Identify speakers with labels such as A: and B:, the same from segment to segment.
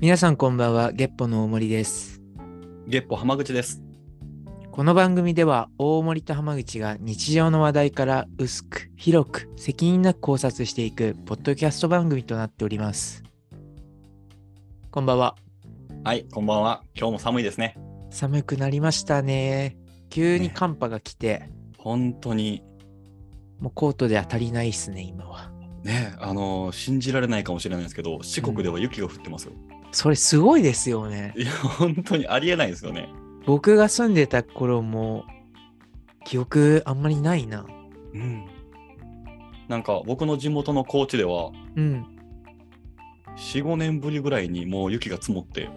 A: 皆さんこんばんは、月歩の大森です。
B: 月歩浜口です。
A: この番組では大森と浜口が日常の話題から薄く、広く、責任なく考察していくポッドキャスト番組となっております。こんばんは。
B: はい、こんばんは。今日も寒いですね。
A: 寒くなりましたね。急に寒波が来て、
B: 本当に
A: もうコートでは足りないっすね、今は。
B: ね、あのー信じられないかもしれないですけど、四国では雪が降ってますよ。
A: それすごいですよね。
B: いや、本当にありえないですよね。
A: 僕が住んでた頃も、記憶あんまりないな。
B: うん。なんか僕の地元の高知では
A: うん。
B: 4、5年ぶりぐらいにもう雪が積もって、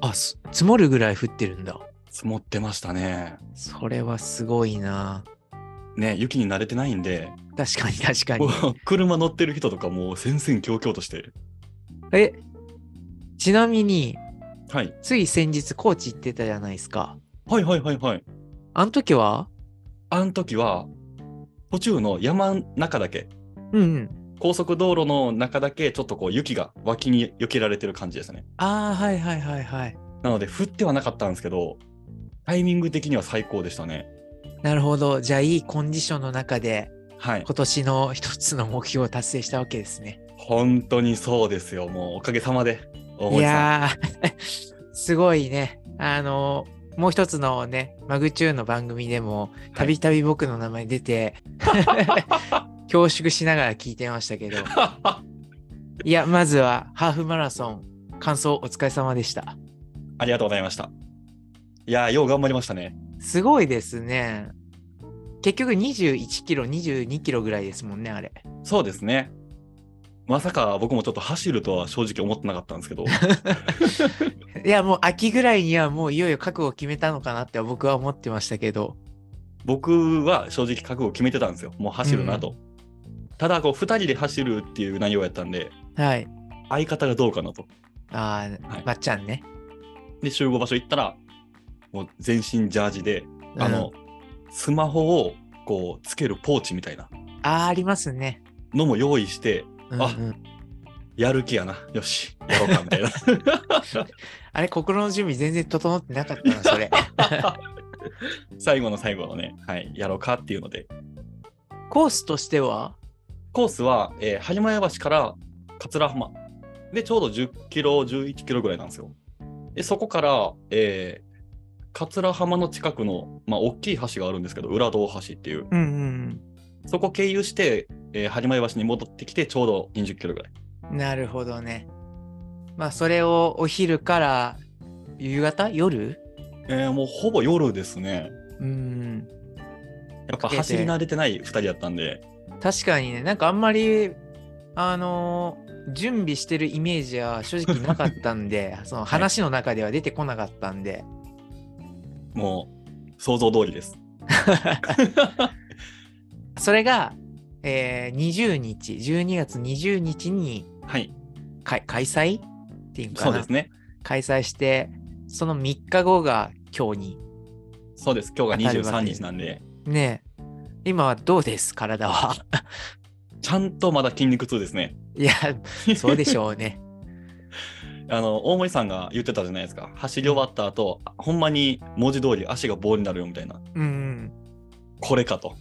A: あ、す積もるぐらい降ってるんだ。
B: 積もってましたね。
A: それはすごいな。
B: ね、雪に慣れてないんで、
A: 確かに確かに。
B: もう車乗ってる人とかもう戦々恐々として、
A: え、ちなみに、
B: はい、
A: つい先日高知行ってたじゃないですか。
B: はいはいはいはい。
A: あの時は
B: あの時は途中の山の中だけ
A: うんうん。
B: 高速道路の中だけちょっとこう雪が脇に避けられてる感じですね。
A: ああ、はいはいはいはい。
B: なので降ってはなかったんですけど、タイミング的には最高でしたね。
A: なるほど。じゃあいいコンディションの中で
B: はい。
A: 今年の一つの目標を達成したわけですね。
B: 本当にそうですよ。もうおかげさまで。大
A: い
B: 森さん
A: やー、 すごいね。あのもう一つのね、マグチューンの番組でも、たびたび僕の名前出て、 恐縮しながら聞いてましたけど、いや、まずはハーフマラソン、感想お疲れ様でした。
B: ありがとうございました。いやー、よう頑張りましたね。
A: すごいですね。結局21キロ、22キロぐらいですもんね、あれ。
B: そうですね。まさか僕もちょっと走るとは正直思ってなかったんですけ ど、
A: いや、もう秋ぐらいにはもういよいよ覚悟を決めたのかなって僕は思ってましたけど。
B: 僕は正直覚悟を決めてたんですよ。もう走るなと。ただ、こう、2人で走るっていう内容やったんで、
A: はい。
B: 相方がどうかなと。
A: ああ、
B: はい
A: まっちゃんね。
B: で、集合場所行ったら、もう全身ジャージで、
A: うん
B: あの、スマホをこう、つけるポーチみたいな
A: ああ、ありますね。
B: のも用意して、
A: うんうん
B: あやる気やな。よし、やろうか、みた いな。
A: あれ、心の準備全然整ってなかったな、そ れ。
B: 最後の最後のね、はい、やろうかっていうので。
A: コースとしては
B: コースは、えー、播磨屋橋から桂浜。で、ちょうど10キロ、11キロぐらいなんですよ。で、そこから、えー桂浜の近くの、まあ、大きい橋があるんですけど、浦道橋っていう、
A: うんうん
B: そこ経由して、えー、播磨橋に戻ってきて、ちょうど20キロぐらい。
A: うん。なるほどね。まあ、それをお昼から夕方夜
B: えー、もうほぼ夜ですね。
A: うん。
B: やっぱ走り慣れてない2人だったんで、
A: 確かにねなんかあんまりあのー準備してるイメージは正直なかったん でその話の中では出てこなかったんで、
B: もう想像通りです。
A: それが、えー20日12月20日に
B: はい、
A: 開開催っていうの
B: そ
A: か
B: うで
A: な
B: すね。
A: 開催してその3日後が今日に
B: そうです。今
A: 当
B: 日が
A: たるわ
B: 23
A: けです
B: 日なんで、
A: ねえ今はどうです体は
B: ちゃんとまだ筋肉痛ですね。
A: いやそうでしょうね
B: あの、大森さんが言ってたじゃないですか。走り終わった後、あほんまに文字通り足が棒になるよみたいな。
A: うん
B: これかと。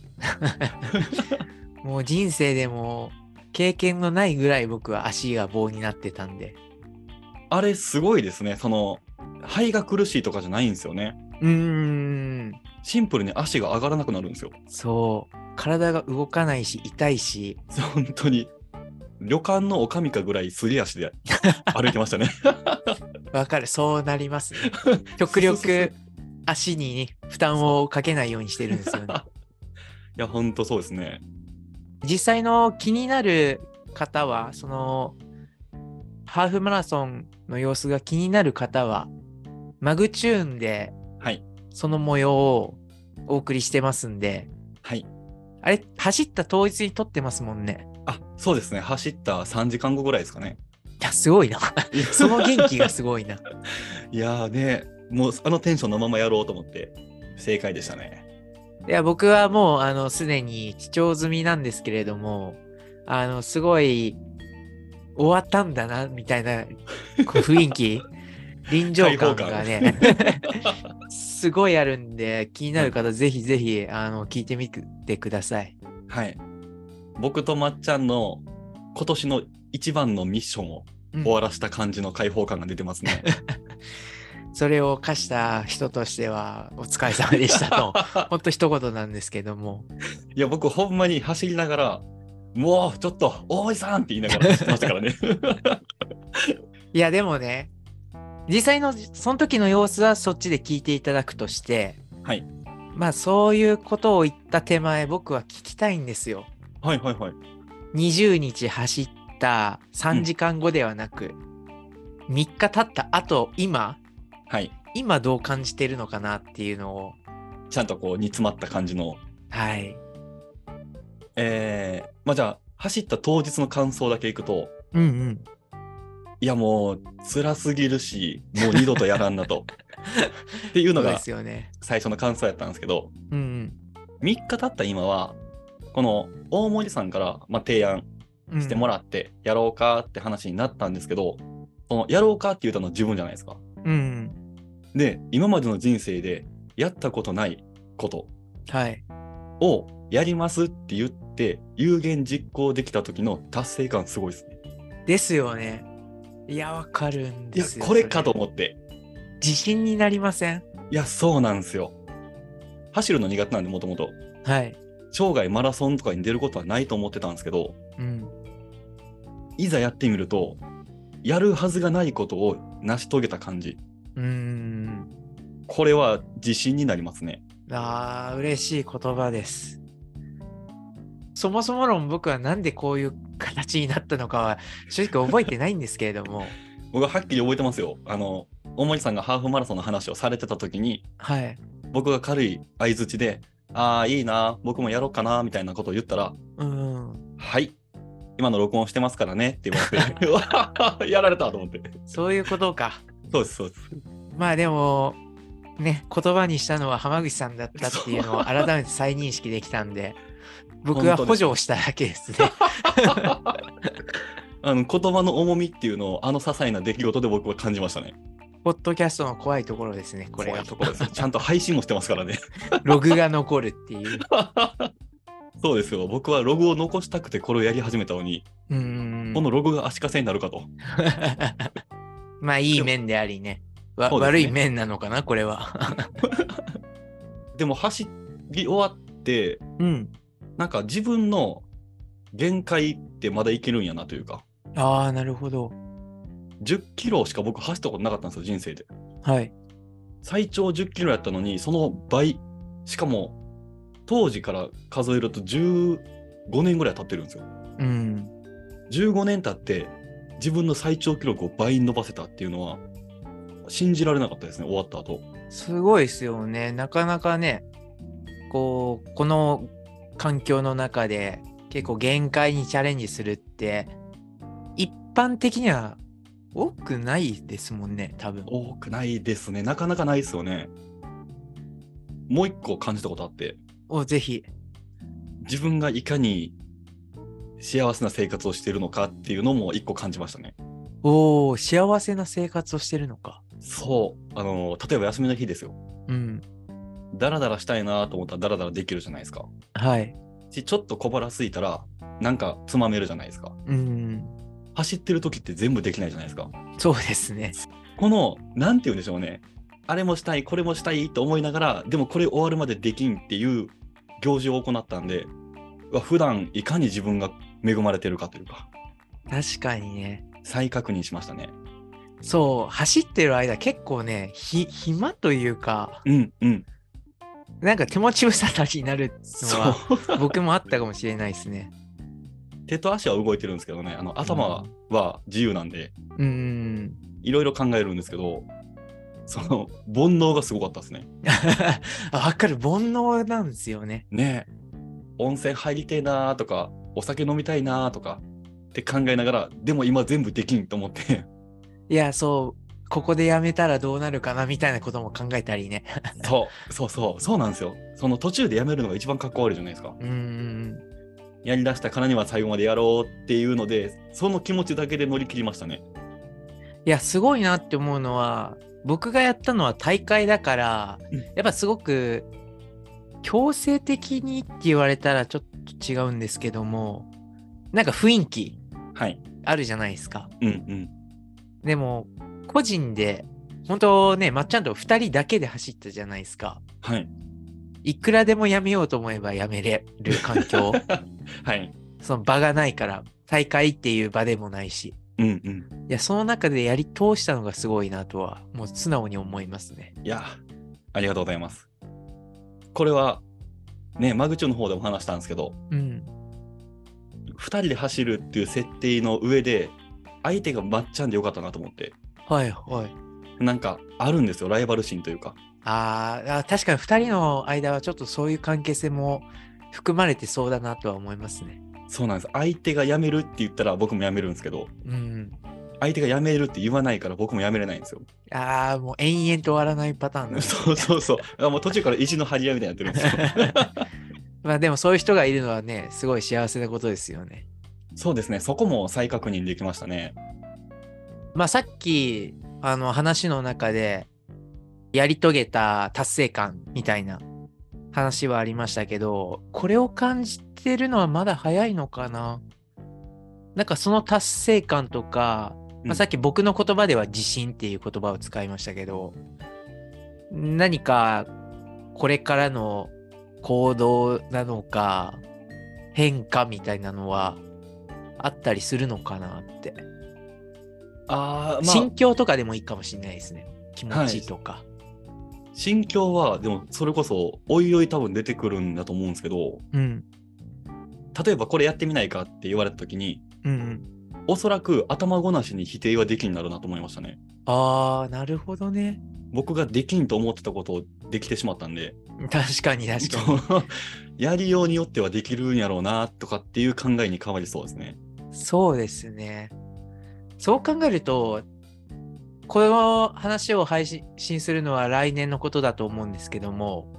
A: もう人生でも経験のないぐらい僕は足が棒になってたんで
B: あれすごいですね。その、肺が苦しいとかじゃないんですよね。
A: うーん
B: シンプルに足が上がらなくなるんですよ。
A: そう体が動かないし痛いし
B: 本当に。旅館のおかみかぐらいすり足で歩いてましたね。
A: わかるそうなり ますね極
B: そうそ
A: 力
B: うそう
A: 足に負担をかけないようにしてるんですよね
B: いや、本当そうですね。
A: 実際の気になる方はそのハーフマラソンの様子が気になる方はマグチューンで
B: はい。
A: その模様をお送りしてますんで
B: はい。
A: あれ走った当日に撮ってますもんね
B: あ、そうですね。走った3時間後ぐらいですかね。
A: いやすごいな その元気がすごいない
B: やーね、もうあのテンションのままやろうと思って、正解でしたね。
A: いや、僕はもう、あの、すでに視聴済みなんですけれども、あの、すごい、終わったんだな、みたいな、こう雰囲 気、臨場感がね、すごいあるんで、気になる方、ぜひぜひ、あの、聞いてみてください。
B: はい。僕とまっちゃんの今年の一番のミッションを
A: うん
B: 終わらせた感じの解放感が出てますね。
A: それを課した人としては、お疲れ様でした と、ほんと一言なんですけども、
B: いや、僕ほんまに走りながら、もうちょっと、大井さんって言いながら走ってましたからね。
A: いや、でもね、実際のその時の様子はそっちで聞いていただくとして、
B: はい
A: まあそういうことを言った手前僕は聞きたいんですよ。
B: はいはいはい。
A: 20日走った3時間後ではなく、3日経った後今
B: はい。
A: 今どう感じてるのかなっていうのを
B: ちゃんとこう煮詰まった感じの。
A: はい。
B: えー、まあじゃあ、走った当日の感想だけいくと、
A: うんうん。
B: いやもう辛すぎるし、もう二度とやらん なと。っていう
A: そ
B: の
A: うで
B: が
A: すよね。
B: 最初の感想やったんですけど、
A: うんうん
B: 3日経った今は、この大森さんから、まあ、提案
A: うん。
B: してもらって、やろうかって話になったんですけど、そのやろうかって言ったの自分じゃないですか。
A: うんうん。
B: で、今までの人生でやったことないこと
A: はい。
B: をやりますって言って、有言実行できた時の達成感すごいですね。
A: ですよね。いや、わかるん
B: い
A: で
B: や
A: す、よ。
B: これかと
A: そ
B: 思って。
A: 自信になりません
B: いや、そうなんですよ。走るの苦手なんで、もともと。
A: はい。
B: 生涯マラソンとかに出ることはないと思ってたんですけど、
A: うん。
B: いざやってみると、やるはずがないことを成し遂げた感じ。
A: うーん。
B: これは自信になりますね。
A: ああ、嬉しい言葉です。そもそも論僕はなんでこういう形になったのかは正直覚えてないんですけれども。
B: 僕ははっきり覚えてますよ。あの、大森さんがハーフマラソンの話をされてた時に、
A: はい。
B: 僕が軽い相づちで、ああ、いいな、僕もやろうかな、みたいなことを言ったら、
A: うん。
B: はい、今の録音してますからねって言われて うわ、やられたと思って。
A: そういうことか。
B: そうです、そうです。
A: まあでも、ね、言葉にしたのは浜口さんだったっていうのを改めて再認識できたんで、僕は
B: 本当です
A: 補助をしただけです ね。
B: あの、言葉の重みっていうのを、あの些細な出来事で僕は感じましたね。
A: ポッドキャストの怖いところですね、これ
B: そうい
A: が
B: う。ところですよ ちゃんと配信もしてますからね。
A: ログが残るっていう。
B: そうですよ。僕はログを残したくてこれをやり始めたのに、
A: うーん
B: このログが足かせになるかと。
A: まあいい面でありね。わ
B: そうですね
A: 悪い面なのかな、これは。
B: でも走り終わって、
A: うん。
B: なんか自分の限界ってまだいけるんやなというか、
A: ああ、なるほど。
B: 10キロしか僕走ったことなかったんですよ、人生で。
A: はい。
B: 最長10キロやったのに、その倍、しかも当時から数えると15年ぐらい経ってるんですよ。
A: うん。
B: 15年経って自分の最長記録を倍伸ばせたっていうのは、信じられなかったですね、終わった後。
A: すごいですよね。なかなかね、こう、この環境の中で結構限界にチャレンジするって、一般的には多くないですもんね、多分。
B: 多くないですね。なかなかないですよね。もう一個感じたことあって、
A: お、ぜひ。
B: 自分がいかに幸せな生活をしているのかっていうのも一個感じましたね。
A: おお幸せな生活をしてるのか。
B: そう。あの、例えば休みの日ですよ。
A: うん。
B: ダラダラしたいなと思ったらダラダラできるじゃないですか。
A: はい。
B: し、ちょっと小腹空いたら、なんかつまめるじゃないですか。
A: うん。
B: 走ってる時って全部できないじゃないですか。
A: そうですね。
B: この、なんて言うんでしょうね。あれもしたい、これもしたいと思いながら、でもこれ終わるまでできんっていう行事を行ったんで、うわ普段いかに自分が恵まれてるかというか、
A: 確かにね。
B: 再確認しましたね。
A: そう、走ってる間結構ね、ひ、暇というか、
B: うんうん。
A: なんか手持ち無沙汰になるの
B: そう
A: は、。僕もあったかもしれないですね。
B: 手と足は動いてるんですけどね、あの頭は自由なんで、
A: うーん。
B: いろいろ考えるんですけど、その、煩悩がすごかったですね。
A: あわかる、煩悩なんですよね。
B: ねえ温泉入りてえなーとか、お酒飲みたいなーとかって考えながら、でも今全部できんと思って、
A: いや、そう、ここでやめたらどうなるかなみたいなことも考えたりね。
B: そう、そうそう、そうなんですよ。その途中でやめるのが一番かっこ悪いじゃないですか。
A: うーん。
B: やりだしたからには最後までやろうっていうので、その気持ちだけで乗り切りましたね。
A: いや、すごいなって思うのは、僕がやったのは大会だから
B: うん、
A: やっぱすごく強制的にって言われたらちょっと違うんですけども、なんか雰囲気
B: はい。
A: あるじゃないですか。
B: うんうん。
A: でも、個人で、本当ね、まっちゃんと2人だけで走ったじゃないですか。
B: はい。
A: いくらでもやめようと思えばやめれる環境。
B: はい。
A: その場がないから、大会っていう場でもないし。
B: うんうん。
A: いや、その中でやり通したのがすごいなとは、もう素直に思いますね。
B: いや、ありがとうございます。これは、ね、マグチュの方でも話したんですけど、
A: うん。
B: 2人で走るっていう設定の上で、相手がまっちゃんでよかったなと思って、
A: はいはい。
B: なんかあるんですよ、ライバル心というか。
A: あーあ、確かに2人の間はちょっとそういう関係性も含まれてそうだなとは思いますね。
B: そうなんです。相手が辞めるって言ったら僕も辞めるんですけど、
A: うん。
B: 相手が辞めるって言わないから僕も辞めれないんですよ。
A: ああ、もう延々と終わらないパターンだね
B: そうそうそう。あもう途中から意地の張り合いみたいになってるん ですよ。
A: まあでもそういう人がいるのはね、すごい幸せなことですよね。
B: そうですね。そこも再確認できましたね。
A: まあさっき、あの話の中で、やり遂げた達成感みたいな話はありましたけど、これを感じてるのはまだ早いのかななんかその達成感とか、
B: う
A: ま
B: ん
A: あ、さっき僕の言葉では自信っていう言葉を使いましたけど、何かこれからの行動なのか、変化みたいなのはあったりするのかなって。
B: ああ、ま
A: 心
B: あ、
A: 境とかでもいいかもしれないですね。気持ちとか。
B: 心境は、でもそれこそ、おいおい多分出てくるんだと思うんですけど、
A: うん。
B: 例えばこれやってみないかって言われた時に、
A: うんうん。
B: おそらく頭ごなしに否定はできんだろうなと思いましたね。
A: ああ、なるほどね。
B: 僕ができんと思ってたことをできてしまったんで、
A: 確かに確かに。
B: やりようによってはできるんやろうなとかっていう考えに変わりそうですね。
A: そうですね。そう考えると、この話を配信するのは来年のことだと思うんですけども、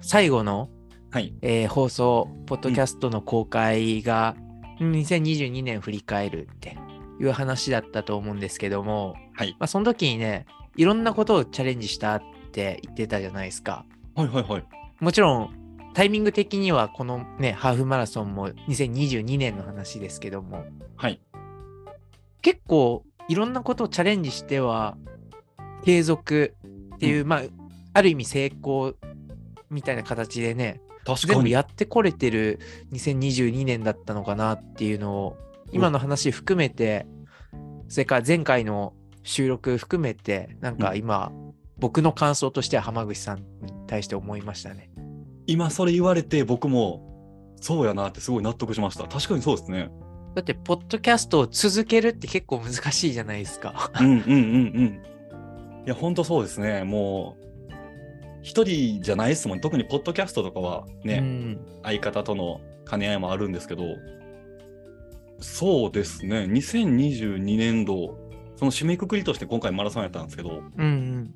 A: 最後の、
B: はい。
A: えー放送、ポッドキャストの公開が、2022年振り返るっていう話だったと思うんですけども、
B: はい
A: まあ、その時にね、いろんなことをチャレンジしたって言ってたじゃないですか。
B: はいはいはい。
A: もちろん、タイミング的にはこのね、ハーフマラソンも2022年の話ですけども、
B: はい。
A: 結構いろんなことをチャレンジしては継続っていう、まあある意味成功みたいな形でね
B: 確
A: 全
B: か
A: 部
B: に。
A: やってこれてる2022年だったのかなっていうのを今の話含めて、それから前回の収録含めてなんか今、僕の感想としては浜口さんに対して思いましたね。
B: 今それ言われて僕もそうやなってすごい納得しました確かにそうですね
A: だってポッドキャストを続けるって結構難しいじゃないですか。
B: うんうんうんうんいやほんとそうですねもう一人じゃないですもん特にポッドキャストとかはね、
A: うん
B: 相方との兼ね合いもあるんですけどそうですね2022年度その締めくくりとして今回マラソンやったんですけど
A: うんうん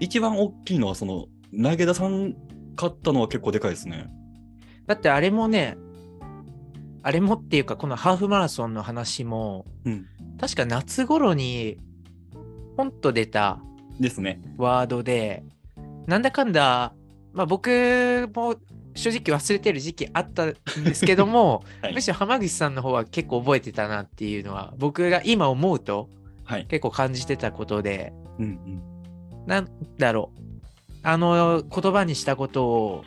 B: 一番大きいのはその投げ出さんかったのは結構でかいですね
A: だってあれもね、あれもっていうか、このハーフマラソンの話も、
B: うん
A: 確か夏頃に、ポンと出た
B: ですね
A: ワードで、なんだかんだ、まあ僕も正直忘れてる時期あったんですけども、
B: はい
A: むしろ浜口さんの方は結構覚えてたなっていうのは、僕が今思うと
B: はい
A: 結構感じてたことで、
B: うんうん
A: なんだろう。あの言葉にしたことを、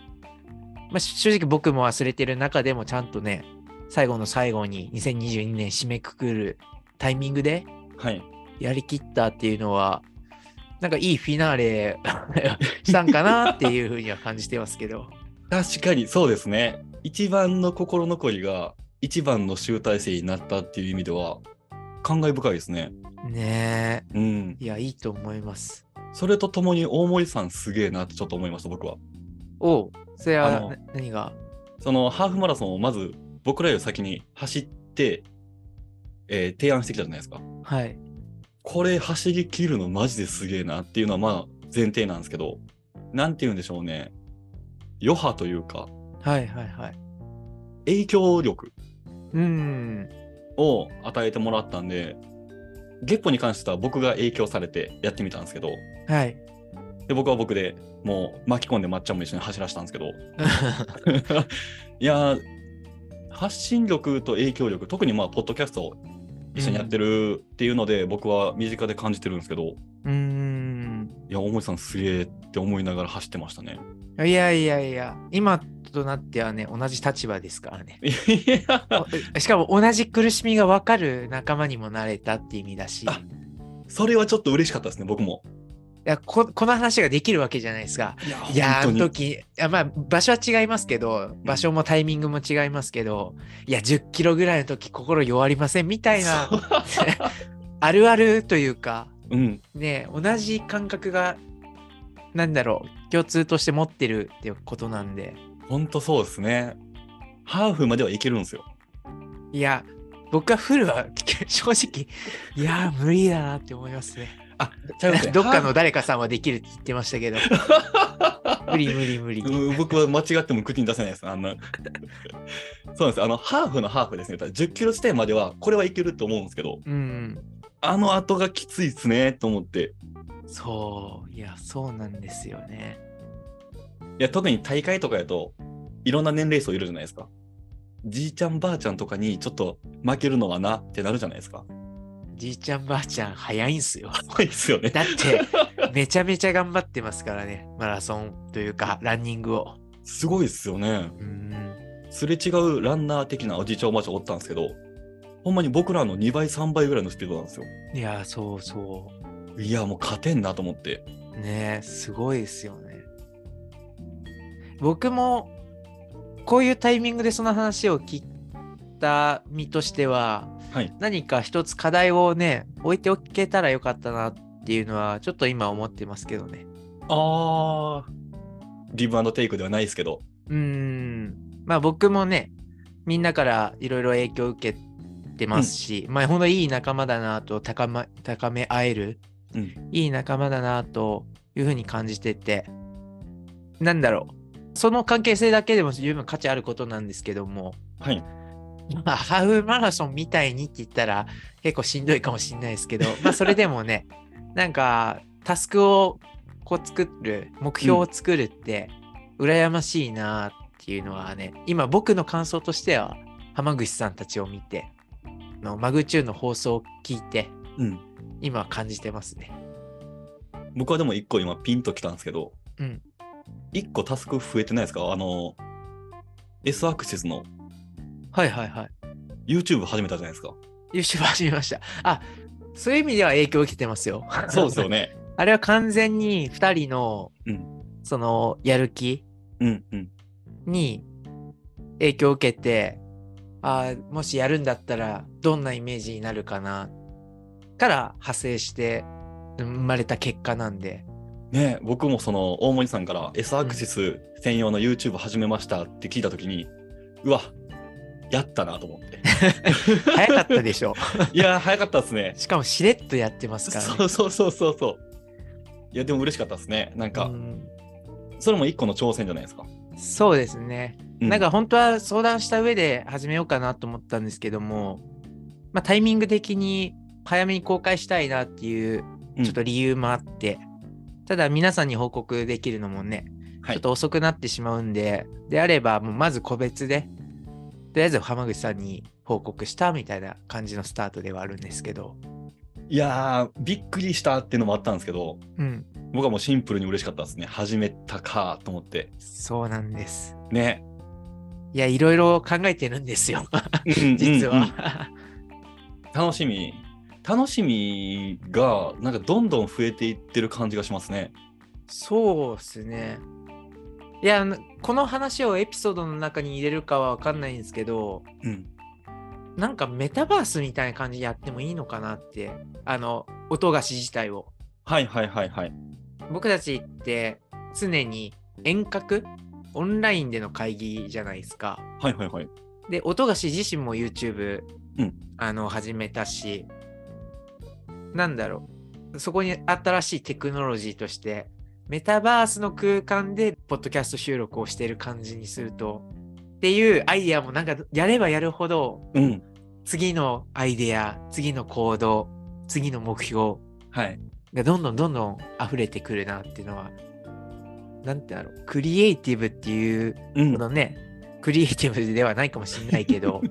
A: まあ、し正直僕も忘れてる中でもちゃんとね、最後の最後に2022年締めくくるタイミングで
B: はい
A: やりきったっていうのは、なんかいいフィナーレ したんかなっていうふうには感じてますけど。
B: 確かにそうですね一番の心残りが一番の集大成になったっていう意味では感慨深いですね
A: ね
B: うん
A: え。いや、いいと思います。
B: それとともに大森さんすげえなってちょっと思いました僕は
A: おう、それ
B: あの
A: はな何が
B: そのハーフマラソンをまず僕らより先に走って、えー提案してきたじゃないですか
A: はい。
B: これ走り切るのマジですげえなっていうのはまあ前提なんですけどなんて言うんでしょうね余波というか
A: はいはいはい。
B: 影響力
A: うん。
B: を与えてもらったんで、ゲッポに関しては僕が影響されてやってみたんですけど、
A: はい。
B: で僕は僕でもう巻き込んでまっちゃんも一緒に走らせたんですけど、いやー発信力と影響力、特にまあ、ポッドキャストを一緒にやってるっていうので、僕は身近で感じてるんですけど、い
A: うん。
B: や、大森さんすげえって思いながら走ってましたね。
A: いやいやいや、今となってはね、同じ立場ですからね。
B: いや、
A: おしかも同じ苦しみが分かる仲間にもなれたって意味だし、い
B: あそれはちょっと嬉しかったですね、僕も。
A: やここの話ができるわけじゃないですか。
B: いや、
A: いやー、あ
B: 本
A: の
B: 当に。
A: 時、いやまあ、場所は違いますけど、場所もタイミングも違いますけど、いや、10キロぐらいの時、心弱りませんみたいな、 あるあるというか、
B: うん、
A: ね、同じ感覚が、なんだろう、共通として持ってるっていうことなんで、
B: 本当そうですね。ハーフまではいけるんですよ。
A: いや、僕はフルは 正直、いやー、無理だなって思いますね。
B: あ、ちゃいますね
A: どっかの誰かさんはできるって言ってましたけ ど、無理無理無理。
B: うん僕は間違っても口に出せないです。あんなそうなんです。あの、ハーフのハーフですね。10キロ地点までは、これはいけると思うんですけど、
A: うん、
B: あの後がきついっすね、と思って。
A: そう、いや、そうなんですよね。
B: いや、特に大会とかやと、いろんな年齢層いるじゃないですか。じいちゃんばあちゃんとかにちょっと負けるのはなってなるじゃないですか。
A: じいちゃんばあちゃん早いん すよ。
B: そうですよね。
A: だって、めちゃめちゃ頑張ってますからね、マラソンというか、ランニングを。
B: すごいですよね。
A: うん、
B: すれ違うランナー的なおじいちゃんおばあちゃんおったんですけど、ほんまに僕らの2倍、3倍ぐらいのスピードなんですよ。
A: いや、そうそ
B: いや、もう勝てんなと思って。
A: う。ねすごいですよね。僕も、こういうタイミングでその話を聞いた身としては、
B: はい
A: 何か一つ課題をね、置いておけたらよかったなっていうのは、ちょっと今思ってますけどね。
B: あー。ギブアンドテイクではないですけど。
A: うーんまあ僕もねみんなからいろいろ影響を受けてますし、まあほんといい仲間だなと高,、ま、高め合える、
B: うん
A: いい仲間だなというふうに感じててなんだろうその関係性だけでも十分価値あることなんですけども、
B: はい。
A: まあ、ハーフマラソンみたいにって言ったら結構しんどいかもしれないですけ ど、まあ、それでもね、なんかタスクをこう作る、目標を作るって、羨ましいなっていうのはね、今僕の感想としては、浜口さんたちを見て、あのマグチューンの放送を聞いて、
B: うん。
A: 今は感じてますね。
B: 僕はでも一個今ピンときたんですけど、
A: うん
B: 一個タスク増えてないですかあの、S アクセスの
A: はいはいはい。
B: YouTube 始めたじゃないですか。
A: 優秀始めました。あそういう意味では影響を受けてますよ。
B: そうですよね。
A: あれは完全に2人の、
B: うん
A: そのやる気
B: うんうん。
A: に影響を受けてあーもしやるんだったらどんなイメージになるかなから派生して生まれた結果なんで
B: ね僕もその大森さんから S アクセス専用の YouTube 始めましたって聞いたときに、うわ、やったなと思 って。
A: 早かったでしょ
B: いやー、早かったですね。
A: しかもしれっとやってますから、ね、
B: そうそうそうそうそう。いや、でも嬉しかったですね。なんか、
A: うん
B: それも一個の挑戦じゃないですか。
A: そうですね、
B: う
A: なんか、本当は相談した上で始めようかなと思ったんですけども、まあ、タイミング的に早めに公開したいなっていう
B: うん
A: ちょっと理由もあって、ただ皆さんに報告できるのもね
B: は
A: ちょっ
B: い。
A: と遅くなってしまうんで、であれば、もうまず個別で、とりあえず浜口さんに報告したみたいな感じのスタートではあるんですけど、
B: いやー、びっくりしたっていうのもあったんですけど、
A: うん、
B: 僕はもうシンプルに嬉しかったですね。始めたかと思って。
A: そうなんです。
B: ね。
A: いや、いろいろ考えてるんですよ、実
B: うんうん
A: は。
B: うん楽しみ。楽しみが、なんかどんどん増えていってる感じがしますね。
A: そうっすね。いや、あのこの話をエピソードの中に入れるかはわかんないんですけど、
B: うん。
A: なんかメタバースみたいな感じでやってもいいのかなって、あの、音菓子自体を。
B: はいはいはいはい。
A: 僕たちって常に遠隔オンラインでの会議じゃないですか。
B: はいはいはい。
A: で、音菓子自身も YouTube、
B: うん
A: あの始めたし、なんだろう、そこに新しいテクノロジーとして、メタバースの空間でポッドキャスト収録をしている感じにすると、っていうアイデアもなんかやればやるほど
B: うん。
A: 次のアイデア次の行動次の目標
B: はい。
A: がどんどんどんどん溢れてくるなっていうのはなんてだろうクリエイティブっていう
B: うん
A: こ。のね、クリエイティブではないかもしれないけ ど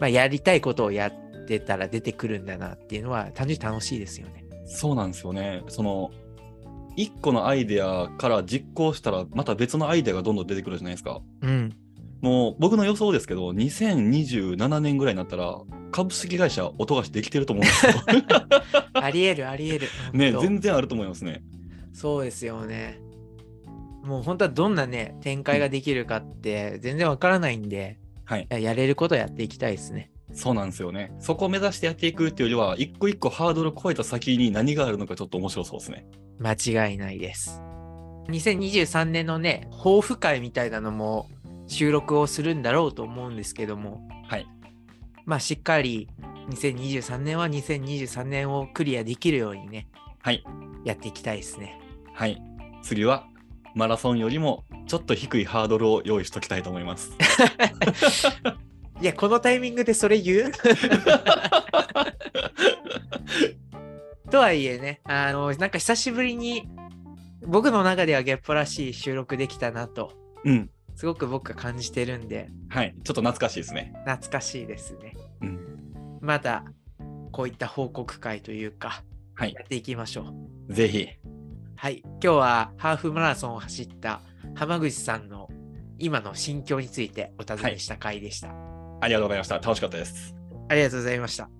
A: まあやりたいことをやってたら出てくるんだなっていうのは単純に楽しいですよね。
B: そうなんですよね。その、一個のアイデアから実行したら、また別のアイデアがどんどん出てくるじゃないですか。
A: うん、
B: もう、僕の予想ですけど、2027年ぐらいになったら、株式会社音がしできてると思うんですよ。
A: ありえるありえる。
B: ね、
A: 本当
B: 全然あると思いますね。
A: そうですよね。もう本当はどんなね展開ができるかって全然わからないんで、
B: はい
A: ややれることやっていきたいですね。
B: そうなんですよね。そこを目指してやっていくっていうよりは、一個一個ハードルを超えた先に何があるのかちょっと面白そうですね。
A: 間違いないです。2023年のね抱負会みたいなのも収録をするんだろうと思うんですけども、
B: はい
A: まあしっかり2023年は2023年をクリアできるようにね、
B: はい
A: やっていきたいですね。
B: はい。次は、マラソンよりもちょっと低いハードルを用意しときたいと思います。
A: いやこのタイミングでそれ 言うとはいえねあのなんか久しぶりに僕の中ではゲッポらしい収録できたなと
B: うん。
A: すごく僕が感じてるんで
B: はい。ちょっと懐かしいですね。
A: 懐かしいですね
B: うん。
A: またこういった報告会というか
B: はい
A: や。っていきましょう
B: ぜひ。
A: はい今日はハーフマラソンを走った浜口さんの今の心境についてお尋ねした回でした、
B: ありがとうございました。楽しかったです。
A: ありがとうございました